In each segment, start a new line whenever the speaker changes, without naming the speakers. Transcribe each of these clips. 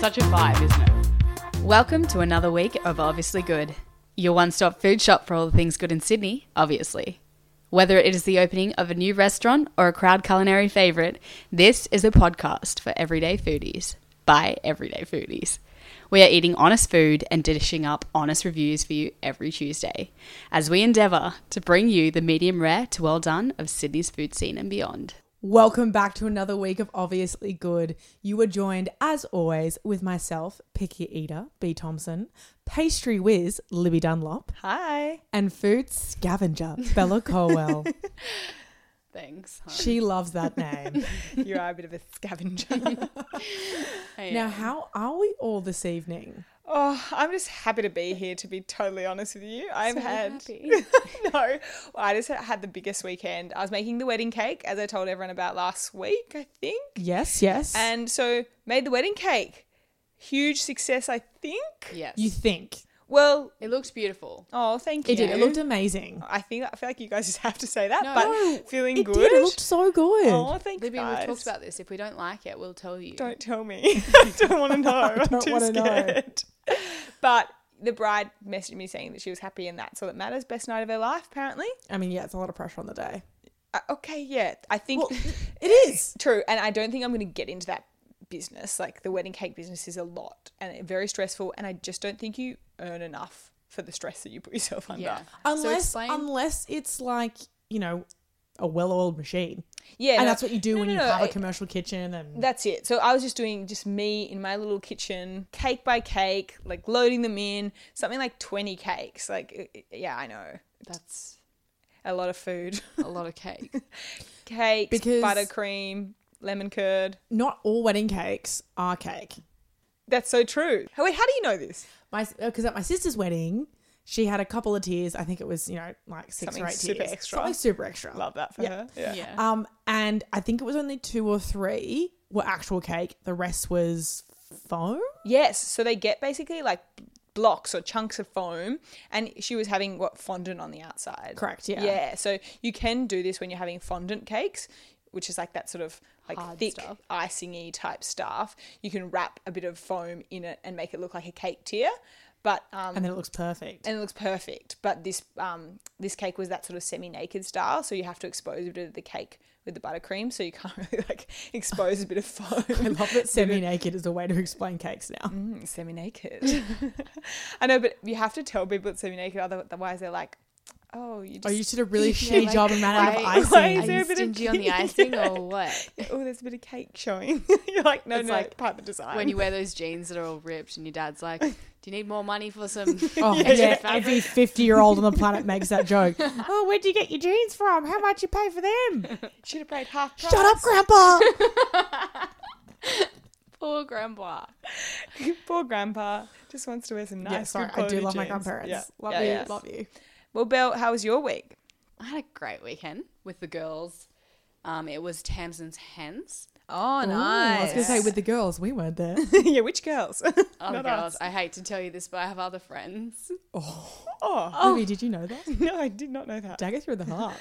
such a vibe, isn't it? Welcome to another week of Obviously Good, your one stop food shop for all the things good in Sydney, obviously. Whether it is the opening of a new restaurant or a crowd culinary favourite, this is a podcast for everyday foodies by everyday foodies. We are eating honest food and dishing up honest reviews for you every Tuesday as we endeavour to bring you the medium rare to well done of Sydney's food scene and beyond.
Welcome back to another week of Obviously Good. You were joined, as always, with myself, Picky Eater, B. Thompson, Pastry Whiz, Libby Dunlop,
Hi.
and Food Scavenger, Bella Colwell.
Thanks.
she loves that name.
You are a bit of a scavenger.
Now, how are we all this evening?
oh, I'm just happy to be here. To be totally honest with you, I've had no. Well, I just had the biggest weekend. I was making the wedding cake, as I told everyone about last week, I think,
Yes, yes.
and so made the wedding cake. Huge success, I think.
Yes.
you think
Well,
it looks beautiful.
oh, thank
it
you.
did? It looked amazing.
I think I feel like you guys just have to say that,
No.
but feeling
It
good.
did. It looked so good.
oh, thank
Libby,
you guys.
we've talked about this. If we don't like it, we'll tell you.
Don't tell me. I don't want to know. I'm
don't
too
wanna know.
scared. But the bride messaged me saying that she was happy and that's all that matters. Best night of her life, apparently.
I mean, yeah, it's a lot of pressure on the day.
Uh, okay, yeah. I think
Well, it is.
true. And I don't think I'm going to get into that business. Like the wedding cake business is a lot and very stressful. And I just don't think you earn enough for the stress that you put yourself under.
Yeah.
Yeah.
Unless,
explain-
unless it's like you know a well-oiled machine. and
no-
that's what you do
no,
when
no,
you
no,
have a
I-
commercial kitchen and
That's it. So I was just doing just me in my little kitchen, cake by cake, like loading them in, something like 20 cakes. Like, i- i- yeah, I know.
That's
a lot of food
a lot of cake.
cakes
Because-
buttercream lemon curd
not all wedding cakes are cake
that's so true Oh, wait how do you know this
my because at my sister's wedding she had a couple of tiers i think it was you know like six
Something
or eight
super
tiers
extra.
something super extra
love that Uh, for
Yeah.
her yeah.
um and i think it was only two or three were actual cake the rest was foam
yes so they get basically like blocks or chunks of foam and she was having what fondant on the outside
correct yeah
yeah so you can do this when you're having fondant cakes which is like that sort of like
Hard
thick
stuff.
icingy type stuff you can wrap a bit of foam in it and make it look like a cake tier but um,
and then it looks perfect
and it looks perfect. But this um, this cake was that sort of semi naked style, so you have to expose a bit of the cake with the buttercream, so you can't really like expose a bit of
i
foam.
love that semi-naked is a way to explain cakes now
mm, semi naked. I know, but you have to tell people it's semi naked, otherwise they're like, oh, you
oh
just
you did a really
Yeah,
shitty
like,
job and ran out
why-
of
why
Are
Is
icing
there
you
a bit of
stingy on the
cake?
icing or what?
oh, there's a bit of cake showing. You're like, no,
It's
no,
like
part of the design.
When you wear those jeans that are all ripped and your dad's like, do you need more money for some?
Oh
Extra
yeah,
fabric.
every fifty-year-old on the planet makes that joke. oh, where'd you get your jeans from? How much you pay for them?
should have paid half. Price.
Shut up, Grandpa.
Poor grandpa.
Poor grandpa just wants to wear some nice.
yeah, sorry,
good
I do
quality
love my
jeans.
grandparents.
Yeah.
Love
Yeah,
you,
yeah.
love you.
Well, Belle, how was your week?
I had a great weekend with the girls. Um, it was Tamsin's hens.
Oh,
I was gonna say with the girls, we weren't there.
yeah, which girls?
Oh, the
Not
girls.
us.
I hate to tell you this, but I have other friends.
Oh,
Libby, did you know that?
no, I did not know that.
Dagger through the heart.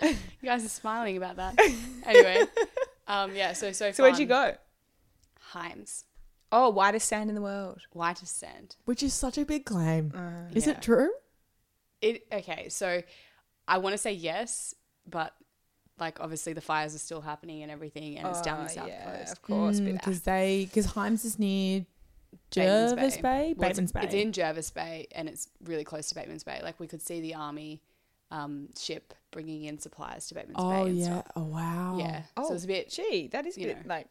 You guys are smiling about that. anyway, um, yeah. So so.
So where'd you
fun.
go?
Heims,
Oh, whitest sand in the world.
whitest sand.
Which is such a big claim. is
Uh, yeah.
it true?
It okay. So I want to say yes, but like obviously the fires are still happening and everything, and it's down the
Oh,
south
yeah,
coast.
Of course. bit
Because they because Himes is near
Batemans
Jervis Bay,
Well, it's-
Batemans Bay.
It's in Jervis Bay, and it's really close to Batemans Bay. Like we could see the army um, ship bringing in supplies to Batemans Bay.
oh
and
yeah.
stuff.
Oh wow.
yeah. So it was a
that-
bit
Gee, that is a
you
bit
know.
like.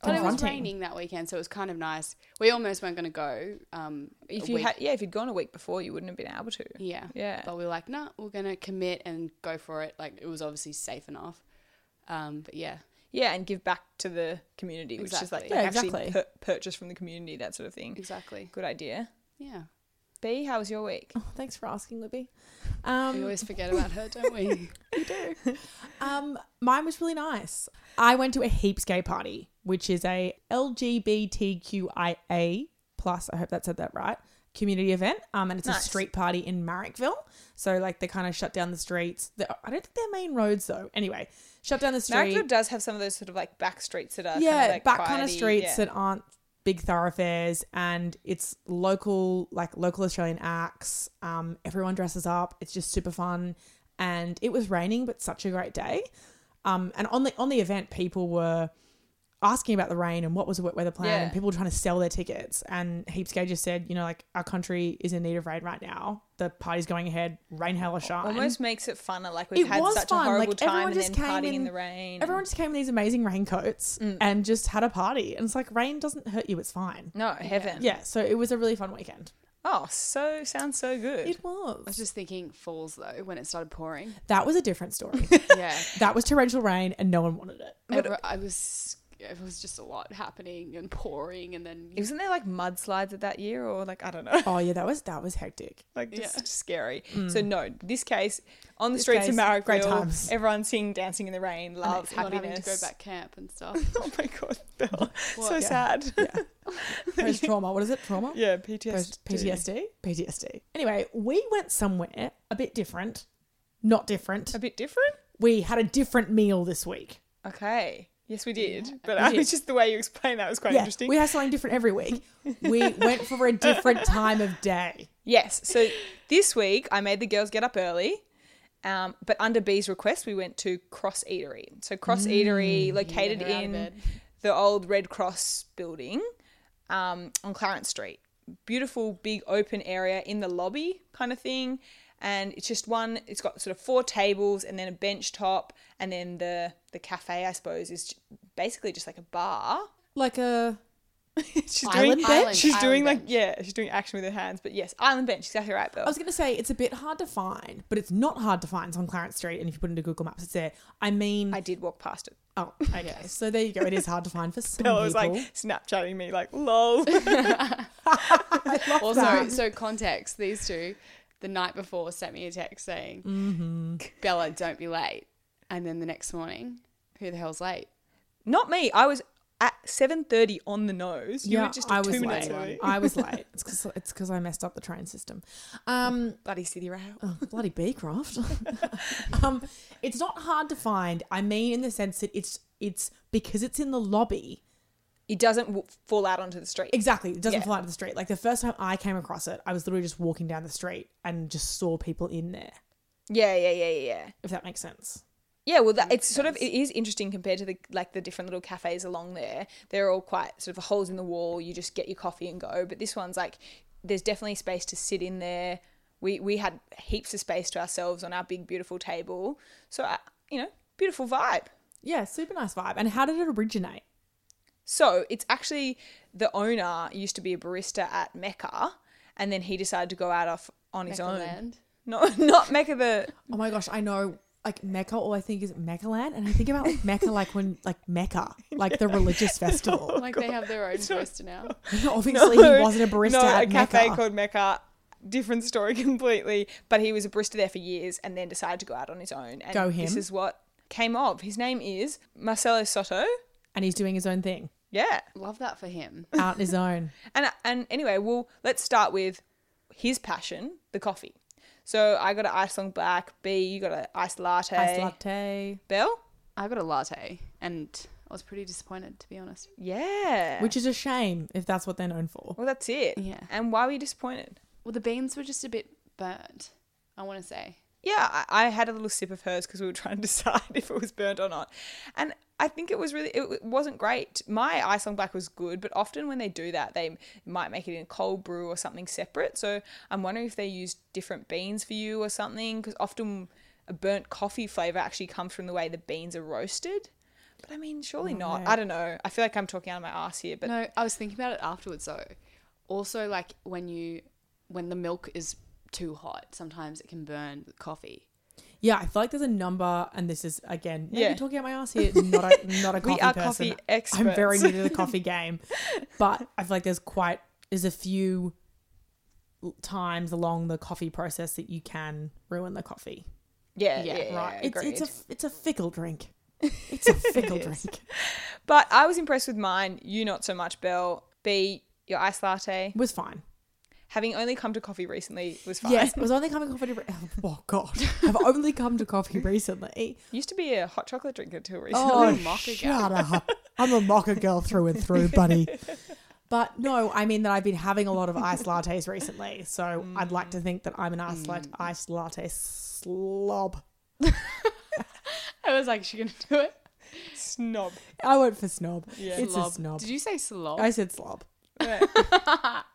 But it was
Confronting.
raining that weekend, so it was kind of nice. We almost weren't going to go. Um, a
If you
week-
had, yeah, if you'd gone a week before, you wouldn't have been able to.
yeah,
Yeah.
but we were like, nah, we're going to commit and go for it. Like it was obviously safe enough. Um, but yeah,
Yeah, and give back to the community, which is like
Exactly.
Yeah,
actually
exactly.
pur- purchase from the community, that sort of thing.
exactly.
Good idea.
Yeah,
B, how was your week?
Oh, thanks for asking, Libby.
we
Um,
always forget about her, don't we?
Um, mine was really nice. I went to a heaps gay party, which is a LGBTQIA plus. I hope that said that right. Community event. Um, and it's a
Nice.
street party in Marrickville. So like they kind of shut down the streets. The, I don't think they're main roads though. Anyway, shut down the street.
Marrickville does have some of those sort of like back streets that are
yeah,
kind of like
back kind of
quiety-
streets
yeah.
that aren't big thoroughfares and it's local like local australian acts um, everyone dresses up it's just super fun and it was raining but such a great day um, and on the on the event people were asking about the rain and what was the wet weather plan
Yeah.
and people were trying to sell their tickets and heaps gay just said you know like our country is in need of rain right now the party's going ahead rain hell or shine
Almost makes it fun. Like we've
It
had
was
such
fun,
a horrible
like, everyone
time and
just
then
came
partying in
in-
the rain.
everyone just came in these amazing raincoats
Mm.
and just had a party and it's like rain doesn't hurt you it's fine
no heaven.
yeah so it was a really fun weekend
Oh, so sounds so good.
it was
I was just thinking falls though when it started pouring.
That was a different story.
Yeah.
that was torrential rain and no one wanted it.
Ever- I was it was just a lot happening and pouring and then
Isn't there like mudslides at that year or like I don't know,
Oh yeah, that was that was hectic.
like just
Yeah.
scary. So no, this case on the
Mm. This
streets
case,
of
great
Marrickville,
times.
everyone singing, dancing in the rain, love,
not having to
happiness.
go back camp and stuff.
Oh my god, Bella, so
What?
sad.
Post trauma. What is it? Trauma?
Yeah, PTSD.
Post PTSD? PTSD. Anyway, we went somewhere a bit different. Not different.
A bit different.
We had a different meal this week.
Okay. Yes, we did. but
We
I
did.
was just the way you explained that was quite
yeah,
interesting.
we have something different every week. we went for a different time of day.
Yes. So this week I made the girls get up early. Um, but under B's request, we went to Cross Eatery. So Cross Eatery, located
her Mm, out of
in
bed.
the old Red Cross building um, on Clarence Street. Beautiful, big open area in the lobby kind of thing. And it's just one. It's got sort of four tables and then a bench top, and then the the cafe, I suppose, is j- basically just like a bar.
Like a
She's
Island
doing.
bench?
Island-
she's doing
island
like
bench.
yeah. She's doing action with her hands. But yes, island bench. Exactly right, Bill.
Oh,
I was going to say it's a bit hard to find, but it's not hard to find. It's on Clarence Street, and if you put it into Google Maps, it's there. I mean,
I did walk past it.
oh, okay. So there you go. It is hard to find for some
Bella was
people.
like Snapchatting me, like, lol.
Also, so context, these two, the night before sent me a text saying,
Mm-hmm.
Bella, don't be late. And then the next morning, who the hell's late?
Not me. I was at 7.30 on the nose. You were just
I
like two
was
minutes
late.
away.
I was late. It's because it's because I messed up the train system. Um,
Bloody city rail.
oh, bloody Beecroft. um, it's not hard to find. I mean, in the sense that it's it's because it's in the lobby.
It doesn't w- fall out onto the street.
Exactly, it doesn't
Yeah.
fall out of the street. Like the first time I came across it, I was literally just walking down the street and just saw people in there.
yeah, yeah, yeah, yeah, yeah.
If that makes sense.
Yeah, well, that, it's sort of, it is interesting compared to the, like the different little cafes along there. They're all quite sort of holes in the wall. You just get your coffee and go. But this one's like, there's definitely space to sit in there. We, we had heaps of space to ourselves on our big, beautiful table. So, I, you know, beautiful vibe.
Yeah, super nice vibe. And how did it originate?
So it's actually the owner used to be a barista at Mecca, and then he decided to go out off on his own.
Land.
No, not Mecca the
Oh my gosh, I know. Like Mecca, all I think is Mecca land, and I think about like Mecca, like when like Mecca, like the religious festival.
Like
Oh,
they have their own barista now.
Obviously, he wasn't a barista
no,
at
a cafe
Mecca.
called Mecca. Different story completely. But he was a barista there for years, and then decided to go out on his own. And
Go
This
him.
is what came of. His name is Marcelo Soto.
and he's doing his own thing
Yeah,
Love that for him.
out in his own.
and uh, and anyway, well, let's start with his passion, the coffee. So I got an ice long black. B, you got an iced latte.
Iced latte,
Bell.
I got a latte and I was pretty disappointed, to be honest.
Yeah.
which is a shame if that's what they're known for.
Well, that's it.
Yeah.
And why were you disappointed?
Well, the beans were just a bit burnt, I want to say.
Yeah, I, I had a little sip of hers because we were trying to decide if it was burnt or not. And I think it was really, it w- wasn't great. My ice on black was good, but often when they do that, they might make it in cold brew or something separate. So I'm wondering if they use different beans for you or something because often a burnt coffee flavor actually comes from the way the beans are roasted. But I mean, surely not. I don't know. I feel like I'm talking out of my ass here, but
No, I was thinking about it afterwards though. Also, like when you, when the milk is too hot, sometimes it can burn the coffee.
Yeah, I feel like there's a number, and this is again, yeah,
Yeah.
you're talking out my ass here. Not a not a coffee
We are
person.
coffee experts.
I'm very new to the coffee game, but I feel like there's quite there's a few times along the coffee process that you can ruin the coffee.
yeah,
Yeah,
yeah, yeah,
right? it's, it's
agreed.
a it's a fickle drink. It's a fickle drink.
But I was impressed with mine. You not so much, Belle. B, your iced latte.
It was fine.
Having only come to coffee recently was fine.
Yes, I was only coming coffee. Re- oh gosh, I've only come to coffee recently.
Used to be a hot chocolate
Oh.
drinker till recently.
Oh, mocha
shut up! I'm a mocha girl through and through, buddy. But no, I mean that I've been having a lot of iced lattes recently, so I'd like to think that I'm an iced,
Mm.
lat- iced latte slob.
I was like, is she going to do it?
Snob.
I went for snob.
Yeah.
It's
slob.
a snob.
Did you say slob?
I said slob.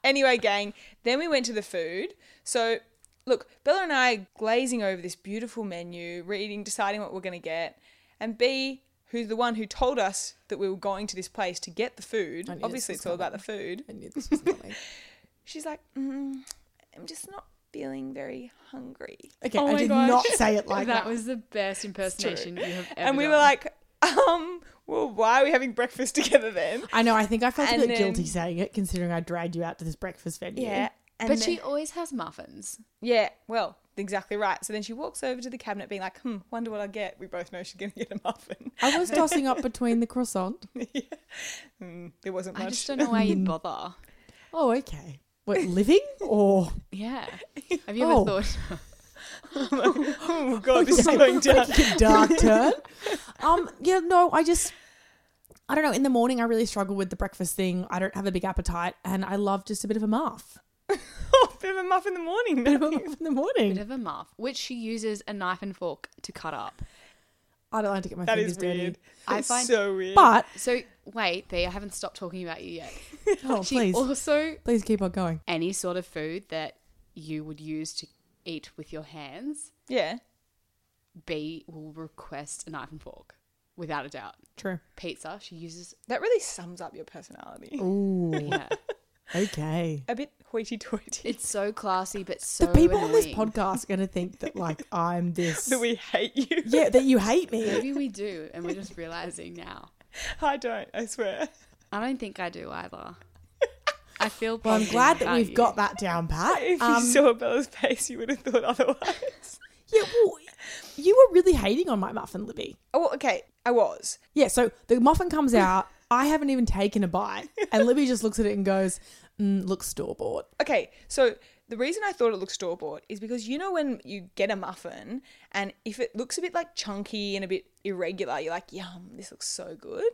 anyway, gang, then we went to the food. So, look, Bella and I glazing over this beautiful menu, reading, deciding what we're going to get. And B, who's the one who told us that we were going to this place to get the food.
I knew this
Obviously,
was
it's all about the food.
I knew this was coming.
She's like, mm, I'm just not feeling very hungry.
Okay,
Oh
I
my
did
gosh.
not say it like
that
that.
was the best impersonation you have ever
and we
done.
were like, um, well, why are we having breakfast together then?
I know. I think I felt a
And
bit
then-
guilty saying it, considering I dragged you out to this breakfast venue.
And
but
then-
she always has muffins.
Yeah, well, exactly right. So then she walks over to the cabinet being like, hmm, wonder what I get. We both know she's going to get a muffin.
I was tossing up between the croissant.
Hmm, there wasn't much.
I just don't know why you'd bother.
Oh, okay. Wait, living or
Yeah. Have you
Oh.
ever thought?
oh, God, this is going down.
Taking a dark turn. Um, yeah, no, I just, I don't know. In the morning, I really struggle with the breakfast thing. I don't have a big appetite, and I love just a bit of a muff.
oh, bit of a muff in the morning.
Bit of a muff in the
Bit
morning.
of a muff, which she uses a knife and fork to cut up.
I don't like to get my
That
fingers
is
dirty.
weird.
I
That's
find-
so weird.
But
So wait, there, I haven't stopped talking about you yet.
oh,
She
please,
also
please keep on going.
any sort of food that you would use to eat with your hands,
yeah.
B will request a knife and fork, without a doubt.
True.
Pizza, she uses.
That really sums up your personality.
Ooh,
Yeah,
okay.
A bit hoity-toity.
it's so classy, but so
The people
annoying.
on this podcast are going to think that like I'm this.
That we hate you.
yeah, that you hate me.
Maybe we do, and we're just realizing now.
I don't, I swear.
I don't think I do either. I feel.
Well, I'm
positive
glad that
about
we've
you.
got that down pat.
If
Um,
you saw Bella's face, you would have thought otherwise.
yeah, well, you were really hating on my muffin, Libby.
oh, okay. I was.
Yeah, so the muffin comes out. I haven't even taken a bite. And Libby just looks at it and goes, mm, looks store bought.
Okay, so the reason I thought it looked store bought is because you know when you get a muffin and if it looks a bit like chunky and a bit irregular, you're like, yum, this looks so good.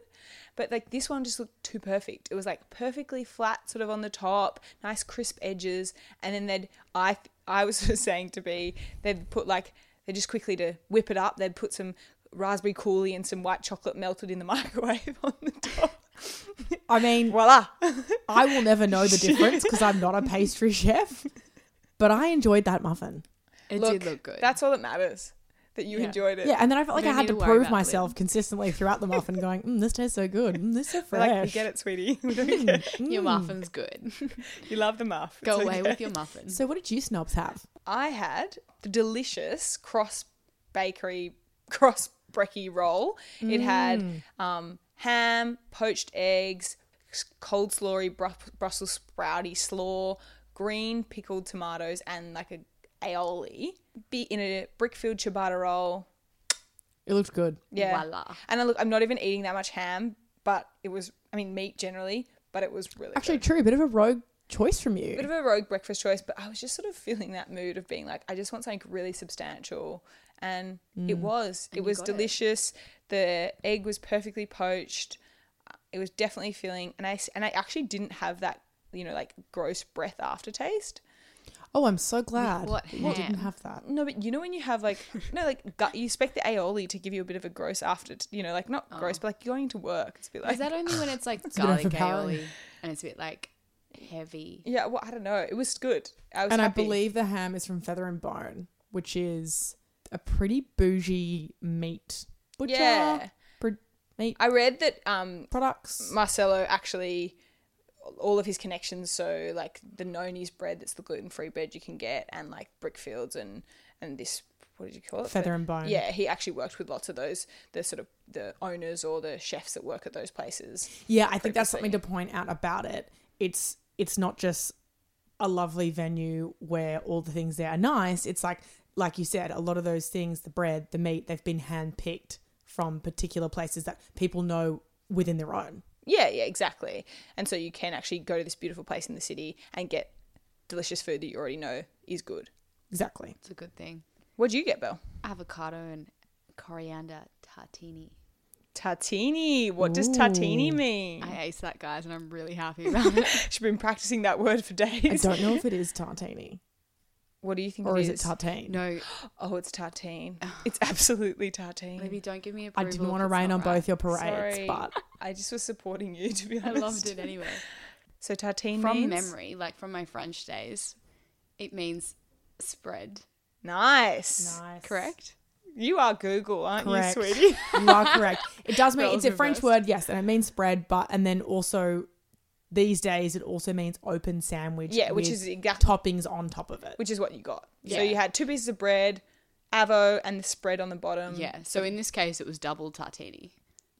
But like this one just looked too perfect. It was like perfectly flat, sort of on the top, nice crisp edges, and then they'd I I was sort of saying to be they'd put like they just quickly to whip it up. They'd put some raspberry coolie and some white chocolate melted in the microwave on the top.
I mean,
Voila!
I will never know the difference because I'm not a pastry chef, but I enjoyed that muffin.
It did look good.
That's all that matters. That you
Yeah.
enjoyed it.
Yeah, and then I felt like
You
I
don't
had
need
to
to worry
prove
about
myself consistently throughout the muffin going, mm, this tastes so good. Mm, this is so
They're
fresh. Mm,
like, we get it, sweetie. We don't care.
your muffin's good.
You love the muff.
Go
It's
away
okay.
with your muffin.
So what did you snobs have?
I had the delicious cross bakery cross brekkie roll. It had um, ham, poached eggs, s- cold slawy bru- Brussels sprouty slaw, green pickled tomatoes, and like a aioli. Be in a brickfield ciabatta roll.
It looked good.
Yeah.
Voila.
And I look, I'm not even eating that much ham, but it was. I mean, meat generally, but it was really good.
Actually, true. A bit of a rogue choice from
bit
you.
of a rogue breakfast choice, but I was just sort of feeling that mood of being like, I just want something really substantial. And it was. it
Mm. you
was
got it.
delicious. The egg was perfectly poached. It was definitely feeling, and I s- and I actually didn't have that, you know, like gross breath aftertaste.
Oh, I'm so glad.
what
that you didn't
ham?
have that.
No, but you know when you have like, no, like gut, you expect the aioli to give you a bit of a gross after, you know, like not gross, but like going to work, it's a bit like.
Oh. Is that only when it's like
a bit
garlic
overpowering.
aioli and it's a bit like heavy?
yeah, well, I don't know. It was good. I was
and
happy.
I believe the ham is from Feather and Bone, which is a pretty bougie meat butcher
Yeah.
pro- meat
I read that um,
products.
Marcelo actually all of his connections so like the Noni's bread that's the gluten-free bread you can get and like Brickfields and and this what did you call it
Feather and Bone.
yeah he actually worked with lots of those the sort of the owners or the chefs that work at those places
yeah. I think that's something to point out about it. It's it's not just a lovely venue where all the things there are nice. It's like like you said, a lot of those things, the bread, the meat, they've been handpicked from particular places that people know within their own.
yeah yeah exactly and so you can actually go to this beautiful place in the city and get delicious food that you already know is good
Exactly.
It's a good thing.
what'd you get Belle
Avocado and coriander tartini.
Tartini. What does tartini mean?
I ace that, guys, and I'm really happy about it.
She's been practicing that word for
I
days.
don't know if it is tartini
What do you think?
or
it
is
is
it tartine.
No,
Oh, it's tartine. It's absolutely tartine.
maybe don't give me
I
approval.
didn't
if
want to
it's
rain
not
on
right.
both your parades,
Sorry.
but
I just was supporting you, to be honest.
I loved it anyway.
So tartine
From
means?
memory, like from my French days, it means spread.
Nice.
nice.
Correct.
You are Google, aren't
Correct.
you, sweetie?
You are correct. It does mean
Roles
it's a French
reversed.
word, yes, and it means spread, but and then also these days it also means open sandwich.
yeah, which
with
is exactly
toppings on top of it.
which is what you got. So
Yeah.
you had two pieces of bread, avo, and the spread on the bottom.
Yeah. So in this case, it was double tartini,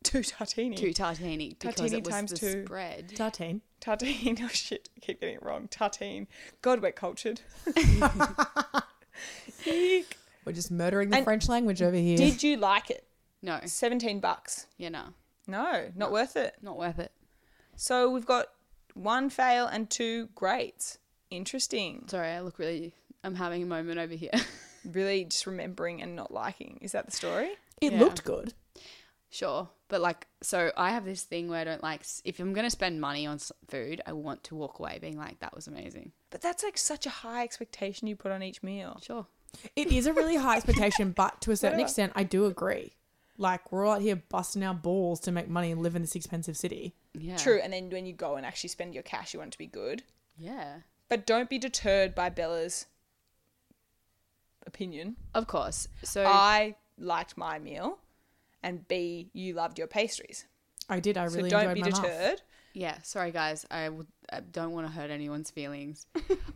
two tartini.
two tartini because
Tartini
it was
times
the
two.
spread.
Tartine.
Tartine. Oh shit, I keep getting it wrong. Tartine. God, we're cultured. Eek.
We're just murdering the
And
French language over here.
Did you like it?
No.
Seventeen bucks.
Yeah. No.
No, not worth it.
Not worth it.
So we've got one fail and two greats. Interesting.
Sorry, I look really. I'm having a moment over here.
Really, just remembering and not liking. Is that the story?
it
yeah.
looked good.
Sure, but like, so I have this thing where I don't like. s- If I'm gonna spend money on s- food, I want to walk away being like, "That was amazing."
But that's like such a high expectation you put on each meal.
Sure.
It is a really high expectation, but to a certain
Whatever.
extent, I do agree. Like we're all out here busting our balls to make money and live in this expensive city.
Yeah.
True. And then when you go and actually spend your cash, you want it to be good.
Yeah.
But don't be deterred by Bella's opinion.
Of course. So
I liked my meal, and B, you loved your pastries.
I did. I
So
really
don't
enjoyed
be
my laugh.
deterred.
yeah, sorry guys, I, would, I don't want to hurt anyone's feelings.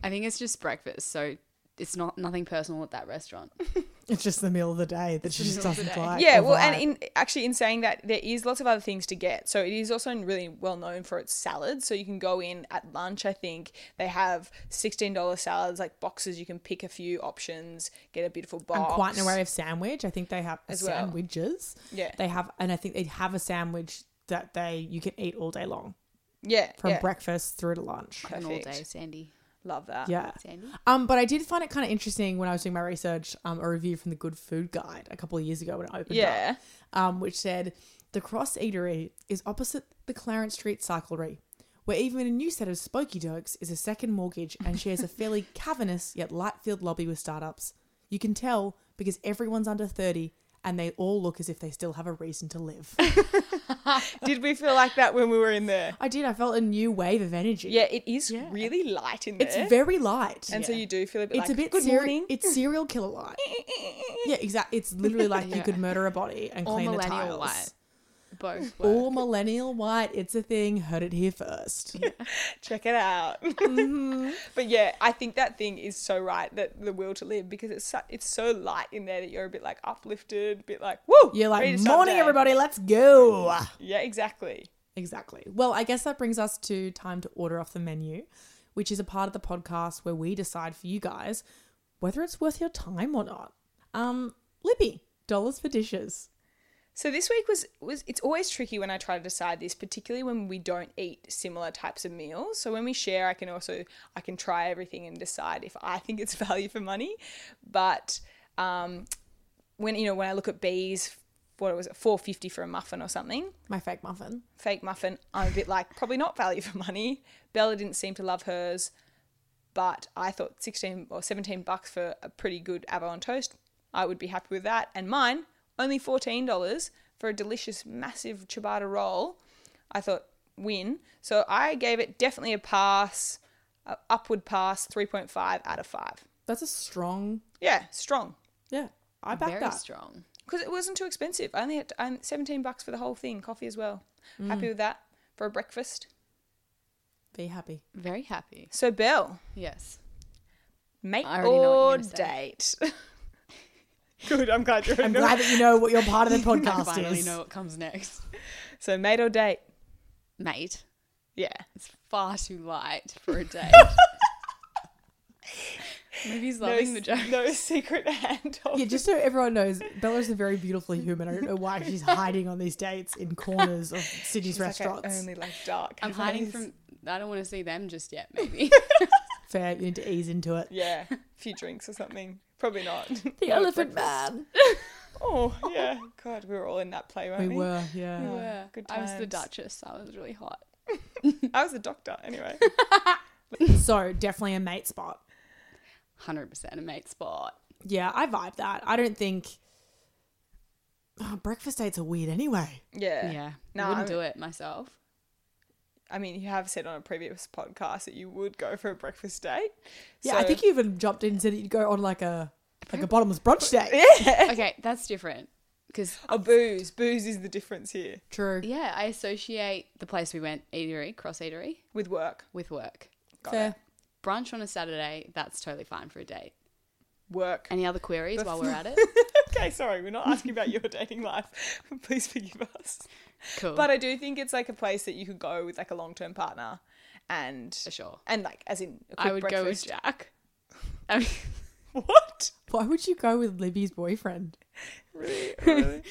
I think it's just breakfast, so it's not nothing personal at that restaurant.
It's just the meal of the day that she just doesn't like.
yeah,
or
well, and
vibe.
in, actually, in saying that, there is lots of other things to get. So it is also really well known for its salads. So you can go in at lunch. I think they have sixteen dollars salads, like boxes. You can pick a few options, get a beautiful box.
and quite an array of sandwich. I think they have
As well.
sandwiches.
Yeah.
They have, and I think they have a sandwich that they you can eat all day long
yeah,
from
yeah.
breakfast through to lunch.
An all
Perfect.
day, Sandy.
Love that.
Yeah.
Sandy.
Um, but I did find it kind of interesting when I was doing my research, um, a review from the Good Food Guide a couple of years ago when it opened up,
yeah.
um, which said the Cross Eatery is opposite the Clarence Street Cyclery, where even a new set of spokey dokes is a second mortgage and shares a fairly cavernous yet light-filled lobby with startups. You can tell because everyone's under thirty and they all look as if they still have a reason to live.
Did we feel like that when we were in there?
I did. I felt a new wave of energy.
Yeah, it is
Yeah.
really light in there.
it's very light.
and so
Yeah.
you do feel a bit
it's
like,
a bit
good
serial-
morning.
It's serial killer light. yeah, exactly. It's literally like you
Yeah.
could murder a body and
Or
clean the
millennial
tiles.
white. Both. Work.
Or millennial white. It's a thing. Heard it here first.
Check it out. but yeah, I think that thing is so right that the will to live because it's so, it's so light in there that you're a bit like uplifted, a bit like woo.
You're
ready
like
to start the
morning,
day."
everybody. Let's go.
Yeah, exactly.
Exactly. Well, I guess that brings us to time to order off the menu, which is a part of the podcast where we decide for you guys whether it's worth your time or not. Um, Libby, dollars for dishes.
So this week was was it's always tricky when I try to decide this, particularly when we don't eat similar types of meals. So when we share, I can also I can try everything and decide if I think it's value for money. But um, when you know when I look at bees, what was it, four fifty for a muffin or something?
My fake muffin.
fake muffin. I'm a bit like probably not value for money. Bella didn't seem to love hers, but I thought 16 or 17 bucks for a pretty good avon on toast, I would be happy with that. And mine only $14 for a delicious massive ciabatta roll. I thought win. So I gave it definitely a pass, a upward pass, 3.5 out of 5.
That's a strong.
Yeah, strong.
Yeah, I back
Very
that.
strong.
because it wasn't too expensive. I only had um, 17 bucks for the whole thing, coffee as well. Happy with that for a breakfast.
Be happy.
Very happy.
So, Belle,
Yes.
mate
I already know what
or
you're
date? Good, I'm glad you're
I'm
know.
glad that you know what your part of the
I
podcast
finally
is.
know what comes next.
So, mate or date?
Mate,
Yeah.
it's far too light for a date. Maybe he's loving
no,
the
s-
joke.
No secret handle.
Yeah, just so everyone knows, Bella's a very beautiful human. I don't know why she's hiding on these dates in corners of Sydney's
She's like, I
restaurants.
only like dark.
I'm hiding
cafes.
from. I don't want to see them just yet. Maybe.
Fair, you need to ease into it.
Yeah, a few drinks or something. Probably not.
The Elephant Man.
Oh yeah, God, we were all in that play, weren't we?
We were, yeah.
Yeah.
Yeah.
Oh, good
I was the
times.
Duchess. I was really hot.
I was a doctor anyway.
So definitely a mate spot.
100% a mate spot.
Yeah, I vibe that. I don't think Oh, breakfast dates are weird anyway.
Yeah.
Yeah.
No,
I wouldn't
I
do it myself.
I mean, you have said on a previous podcast that you would go for a breakfast date.
Yeah, I
So-
think you even jumped in and said you'd go on like a like a bottomless brunch date.
okay, that's different. Because,
Oh, booze. Booze is the difference here
True.
yeah, I associate the place we went, Eatery, Cross Eatery,
with work.
with work.
Got
Fair.
it.
Brunch on a Saturday, that's totally fine for a date.
Work.
Any other queries while we're at it?
Okay, sorry, we're not asking about your dating life. Please forgive us.
Cool.
But I do think it's like a place that you could go with like a long term partner, and
for sure.
and like as in a quick
I would go with
breakfast.
Jack. I mean,
what?
Why would you go with Libby's boyfriend?
Really? really?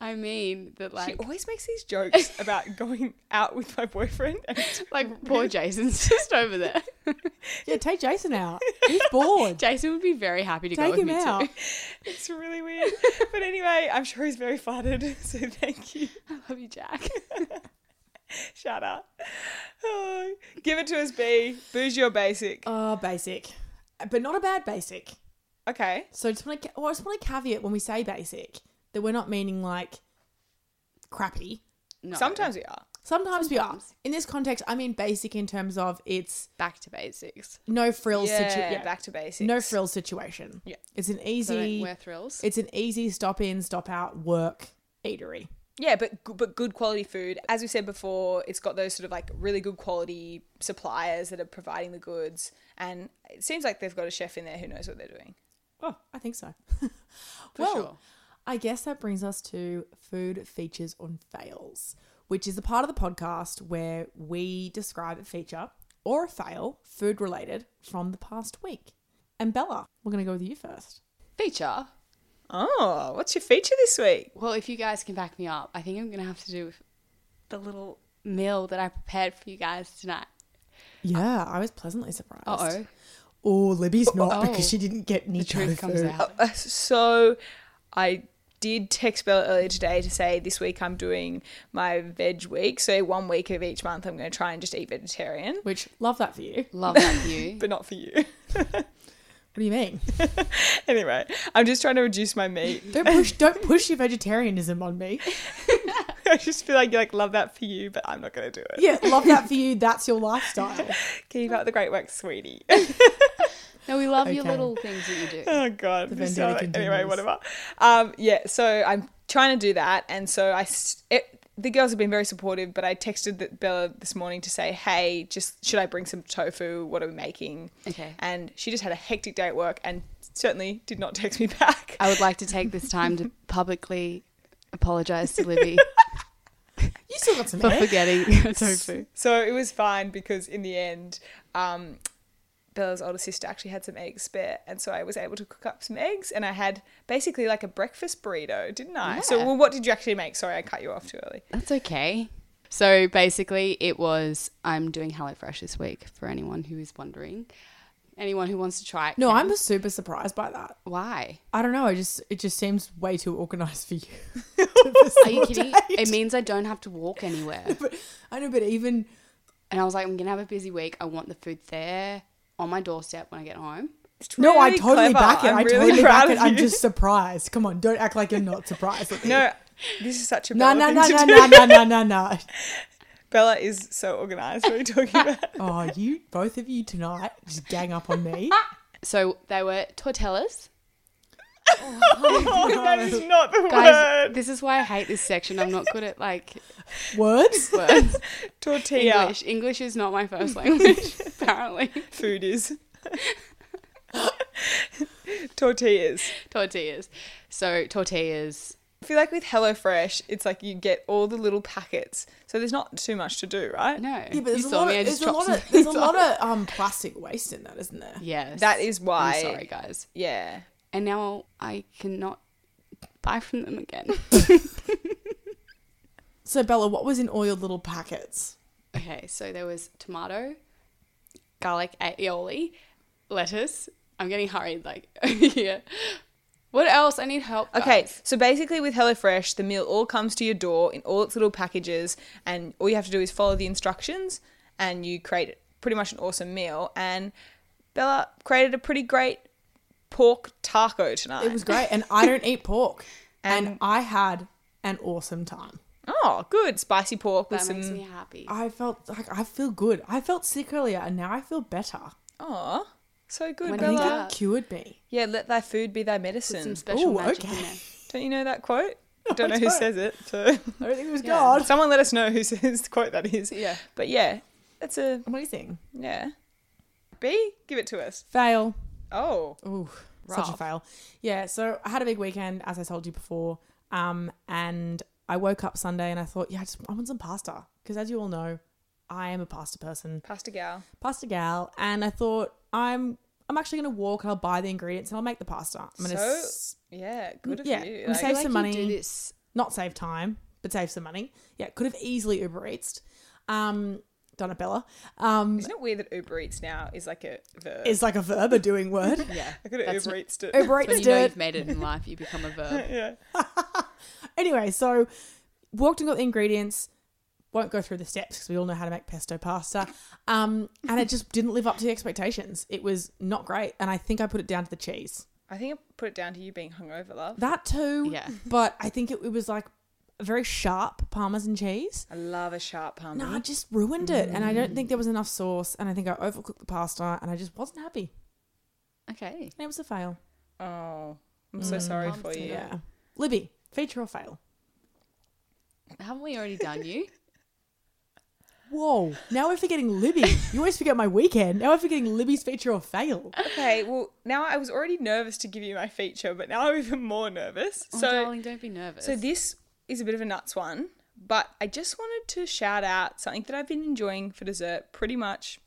I mean that
she
like
always makes these jokes about going out with my boyfriend. And
like poor Jason's just over there.
Yeah, take Jason out. He's bored.
Jason would be very happy to go
Take
with
him
me
out.
too.
it's really weird. But anyway, I'm sure he's very flattered. So thank you.
I love you, Jack.
Shout out. Oh, give it to us, B. Bouge your basic.
Oh, basic. But not a bad basic.
Okay.
So just want to, well, I just want to caveat when we say basic that we're not meaning like crappy.
No,
Sometimes we are.
Sometimes, we are.
Sometimes.
In this context, I mean basic in terms of it's
back to basics.
no frills
yeah,
situation.
back to basics.
no frill situation.
Yeah.
It's an
So don't
easy
wear thrills.
it's an easy stop in, stop out, work, eatery.
Yeah, but g- but good quality food. As we said before, it's got those sort of like really good quality suppliers that are providing the goods, and it seems like they've got a chef in there who knows what they're doing.
Oh, I think so. well,
sure.
I guess that brings us to food features on fails, which is the part of the podcast where we describe a feature or a fail food related from the past week. And Bella, we're going to go with you first.
Uh, Feature.
Oh, what's your feature this week?
Well, if you guys can back me up, I think I'm gonna have to do with the little meal that I prepared for you guys tonight.
Yeah, I was pleasantly surprised.
Uh oh.
Oh, Libby's not
Oh.
because she didn't get any
The truth comes out.
Uh, so, I did text Bella earlier today to say this week I'm doing my veg week. So one week of each month, I'm going to try and just eat vegetarian,
Which love that for you. What
Love that view.
but not for you.
do you mean?
anyway, I'm just trying to reduce my meat.
Don't push don't push your vegetarianism on me.
I just feel like you like love that for you, but I'm not going to do it.
Yeah, love that for you. That's your lifestyle.
Keep up the great work, sweetie.
No, we love your
Okay.
little things that you do.
oh god
The
this
vendetta
sound- anyway
continues.
whatever um yeah so i'm trying to do that and so i s- it, the girls have been very supportive but i texted the, bella this morning to say hey just should i bring some tofu what are we making
Okay.
and she just had a hectic day at work and certainly did not text me back
I would like to take this time to publicly apologize to Libby
You still got some
for
air.
forgetting tofu.
so it was fine because in the end um Bella's older sister actually had some eggs spare, and so I was able to cook up some eggs, and I had basically like a breakfast burrito, didn't I? So,
Yeah.
well, what did you actually make? Sorry, I cut you off too early.
That's okay. So basically, it was I'm doing HelloFresh this week for anyone who is wondering. Anyone who wants to try it.
No,
can.
I'm super surprised by that.
Why?
I don't know. I just it just seems way too organized for you.
Are you kidding? It means I don't have to walk anywhere.
But I know, but even
And I was like, I'm going to have a busy week. I want the food there on my doorstep when I get home.
no, I
really
totally
clever.
back it. i
I'm really
totally
proud
back it.
of
I'm
you.
just surprised. Come on, don't act like you're not surprised.
No, this is such a
no,
Bella
no,
thing
no,
to
no,
do.
no, no, no, no, no.
Bella is so organized. What are you talking about?
Oh, you both of you tonight just gang up on me.
So they were tortillas.
Oh, that is not the
Guys,
word.
this is why I hate this section. I'm not good at like
Words.
words.
Tortilla
English. English is not my first language, apparently.
food is tortillas.
Tortillas. So tortillas.
I feel like with HelloFresh, it's like you get all the little packets, so there's not too much to do, right?
No.
Yeah, but
you
there's a
saw
lot
me. I
of
just
there's a
dropped
lot
some
of there's a
things
lot
off.
of um plastic waste in that, isn't there?
Yes.
That is why.
I'm sorry, guys.
Yeah.
And now I cannot buy from them again.
So Bella, what was in all your little packets?
okay, so there was tomato, garlic aioli, lettuce. I'm getting hurried, like, yeah. What else? I need help.
Okay,
guys.
so basically with HelloFresh, the meal all comes to your door in all its little packages, and all you have to do is follow the instructions, and you create pretty much an awesome meal. And Bella created a pretty great pork taco tonight.
It was great. And I don't eat pork. And,
And-
I had an awesome time.
oh, good spicy pork with
That makes
some.
me happy.
I felt like I feel good. I felt sick earlier and now I feel better.
Oh, so good,
When
I think
Bella.
Bella.
it cured me.
Yeah, let thy food be thy
Put some
medicine.
special
Ooh,
magic
okay.
in there.
Don't you know that quote? Don't know
I
who
don't.
says it. So
I don't think it was
Yeah.
God.
someone let us know who says the quote that is.
Yeah.
But yeah, that's a
Amazing.
yeah. B, give it to us.
Fail.
Oh.
Ooh, such a
Rough.
fail. Yeah, so I had a big weekend, as I told you before. Um, and I woke up Sunday and I thought, yeah, I just I want some pasta. Because as you all know, I am a pasta person,
Pasta gal.
pasta gal, and I thought I'm I'm actually gonna walk and I'll buy the ingredients and I'll make the pasta. I'm gonna
So-
s-
Yeah, good of
Yeah,
you.
I'm
Like,
Save some
You do
money.
this.
not save time, but save some money. Yeah, could have easily Uber Eats. Um, Donabella. Um
isn't it weird that Uber Eats now is like a verb?
is like a verb, a doing word.
Yeah.
I could have
That's
Uber Eats it.
Uber
When
Eats
you
do
know
it.
you've made it in life, you become a verb.
yeah.
Anyway, so walked and got the ingredients. Won't go through the steps because we all know how to make pesto pasta. Um, and it just didn't live up to the expectations. It was not great, and I think I put it down to the cheese.
I think I put it down to you being hungover, love.
That too.
Yeah.
But I think it, it was like very sharp parmesan cheese.
I love a sharp hummy.
No, I just ruined it, and I don't think there was enough sauce. And I think I overcooked the pasta, and I just wasn't happy.
Okay.
And it was a fail.
Oh, I'm
Mm.
so sorry
Bummed
for
me
you.
Yeah.
Yeah. Libby, feature or fail?
Haven't we already done you?
Whoa. Now we're forgetting Libby. You always forget my weekend. Now we're forgetting Libby's feature or fail.
Okay, well, now I was already nervous to give you my feature, but now I'm even more nervous.
Oh,
so,
darling, don't be nervous.
so this is a bit of a nuts one, but I just wanted to shout out something that I've been enjoying for dessert pretty much.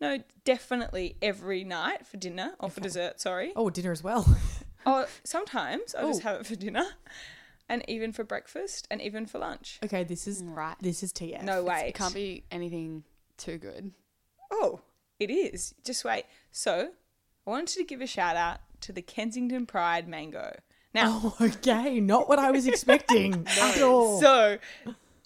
No, definitely every night for dinner or for dessert, sorry.
Oh, dinner as well.
Or Oh, sometimes I'll just
Oh.
have it for dinner and even for breakfast and even for lunch.
Okay, this is
right.
this is TF.
No way.
It can't be anything too good.
Oh, it is. Just wait. So, I wanted to give a shout out to the Kensington Pride mango. Now,
Oh, okay. Not what I was expecting at all.
so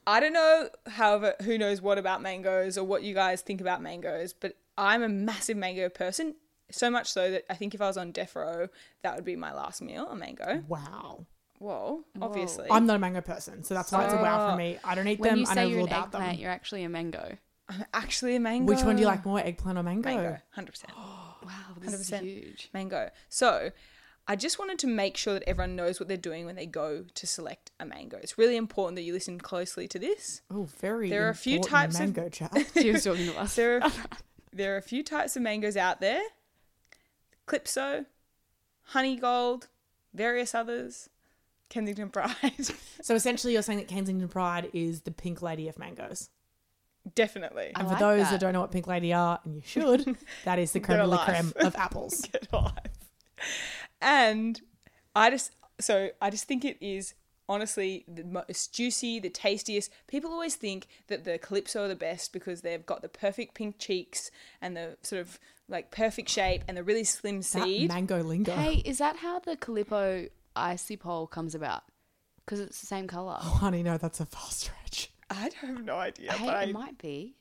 I don't know, however, who knows what about mangoes or what you guys think about mangoes, but I'm a massive mango person. So much so that I think if I was on death row, that would be my last meal, a mango.
wow.
Whoa, obviously.
Mm. I'm not a mango person, so that's why it's a wow for me. I don't eat
When
them.
you
I know
say you're
all
an
about them.
eggplant, you're actually a mango.
I'm actually a mango.
Which one do you like more, eggplant or mango?
Mango, 100%.
Wow, this is
100%.
huge.
mango. So I just wanted to make sure that everyone knows what they're doing when they go to select a mango. It's really important that you listen closely to this.
Oh, very.
There are a few
important
types of-
mango chat.
She was talking to us.
There are, there are a few types of mangoes out there Calypso, Honey Gold, various others, Kensington Pride.
So essentially, you're saying that Kensington Pride is the pink lady of mangoes.
Definitely.
I
And
like
for those that.
that.
don't know what Pink Lady are, and you should, that is the creme
They're
de la creme
alive.
of apples.
Get life. And I just, so I just think it is honestly the most juicy, the tastiest. People always think that the calypso are the best because they've got the perfect pink cheeks and the sort of like perfect shape and the really slim
That
seed.
mango lingo.
Hey, is that how the Calippo icy pole comes about? Because it's the same color.
Honey, no, that's a far stretch.
I have no idea.
hey,
but I,
it might be.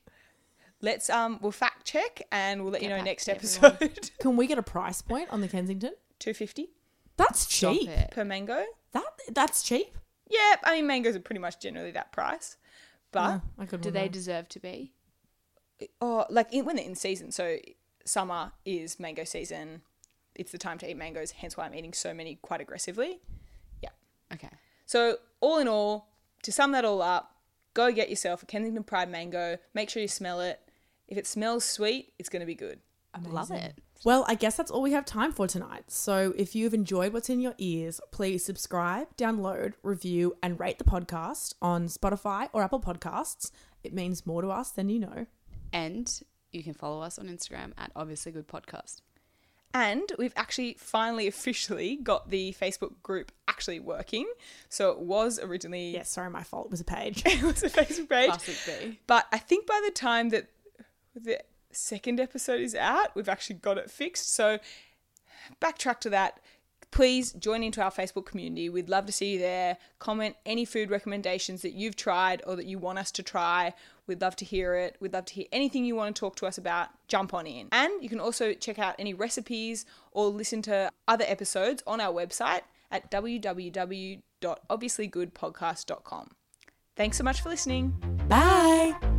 let's um, we'll fact check and we'll let you
Get
know
back
next
to everyone.
episode.
Can we get a price point on the Kensington?
Two fifty
That's
Stop
cheap.
it.
per mango.
That that's cheap.
Yeah, I mean mangoes are pretty much generally that price, but.
Yeah, I could
Do they deserve to be?
oh, like in, when they're in season. So summer is mango season. It's the time to eat mangoes. Hence why I'm eating so many quite aggressively. Yeah.
Okay.
So all in all, to sum that all up, go get yourself a Kensington Pride mango. Make sure you smell it. If it smells sweet, it's going to be good.
Love it.
Well, I guess that's all we have time for tonight. So if you've enjoyed what's in your ears, please subscribe, download, review, and rate the podcast on Spotify or Apple Podcasts. It means more to us than you know.
And you can follow us on Instagram at Obviously Good Podcast.
And we've actually finally officially got the Facebook group actually working. So it was originally
Yes, sorry, my fault. It was a page.
it was a Facebook page.
Classic B.
But I think by the time that the second episode is out, we've actually got it fixed. So backtrack to that. please join into our Facebook community. We'd love to see you there. Comment any food recommendations that you've tried or that you want us to try. We'd love to hear it. We'd love to hear anything you want to talk to us about. Jump on in. And you can also check out any recipes or listen to other episodes on our website at www.obviouslygoodpodcast.com. Thanks so much for listening.
Bye.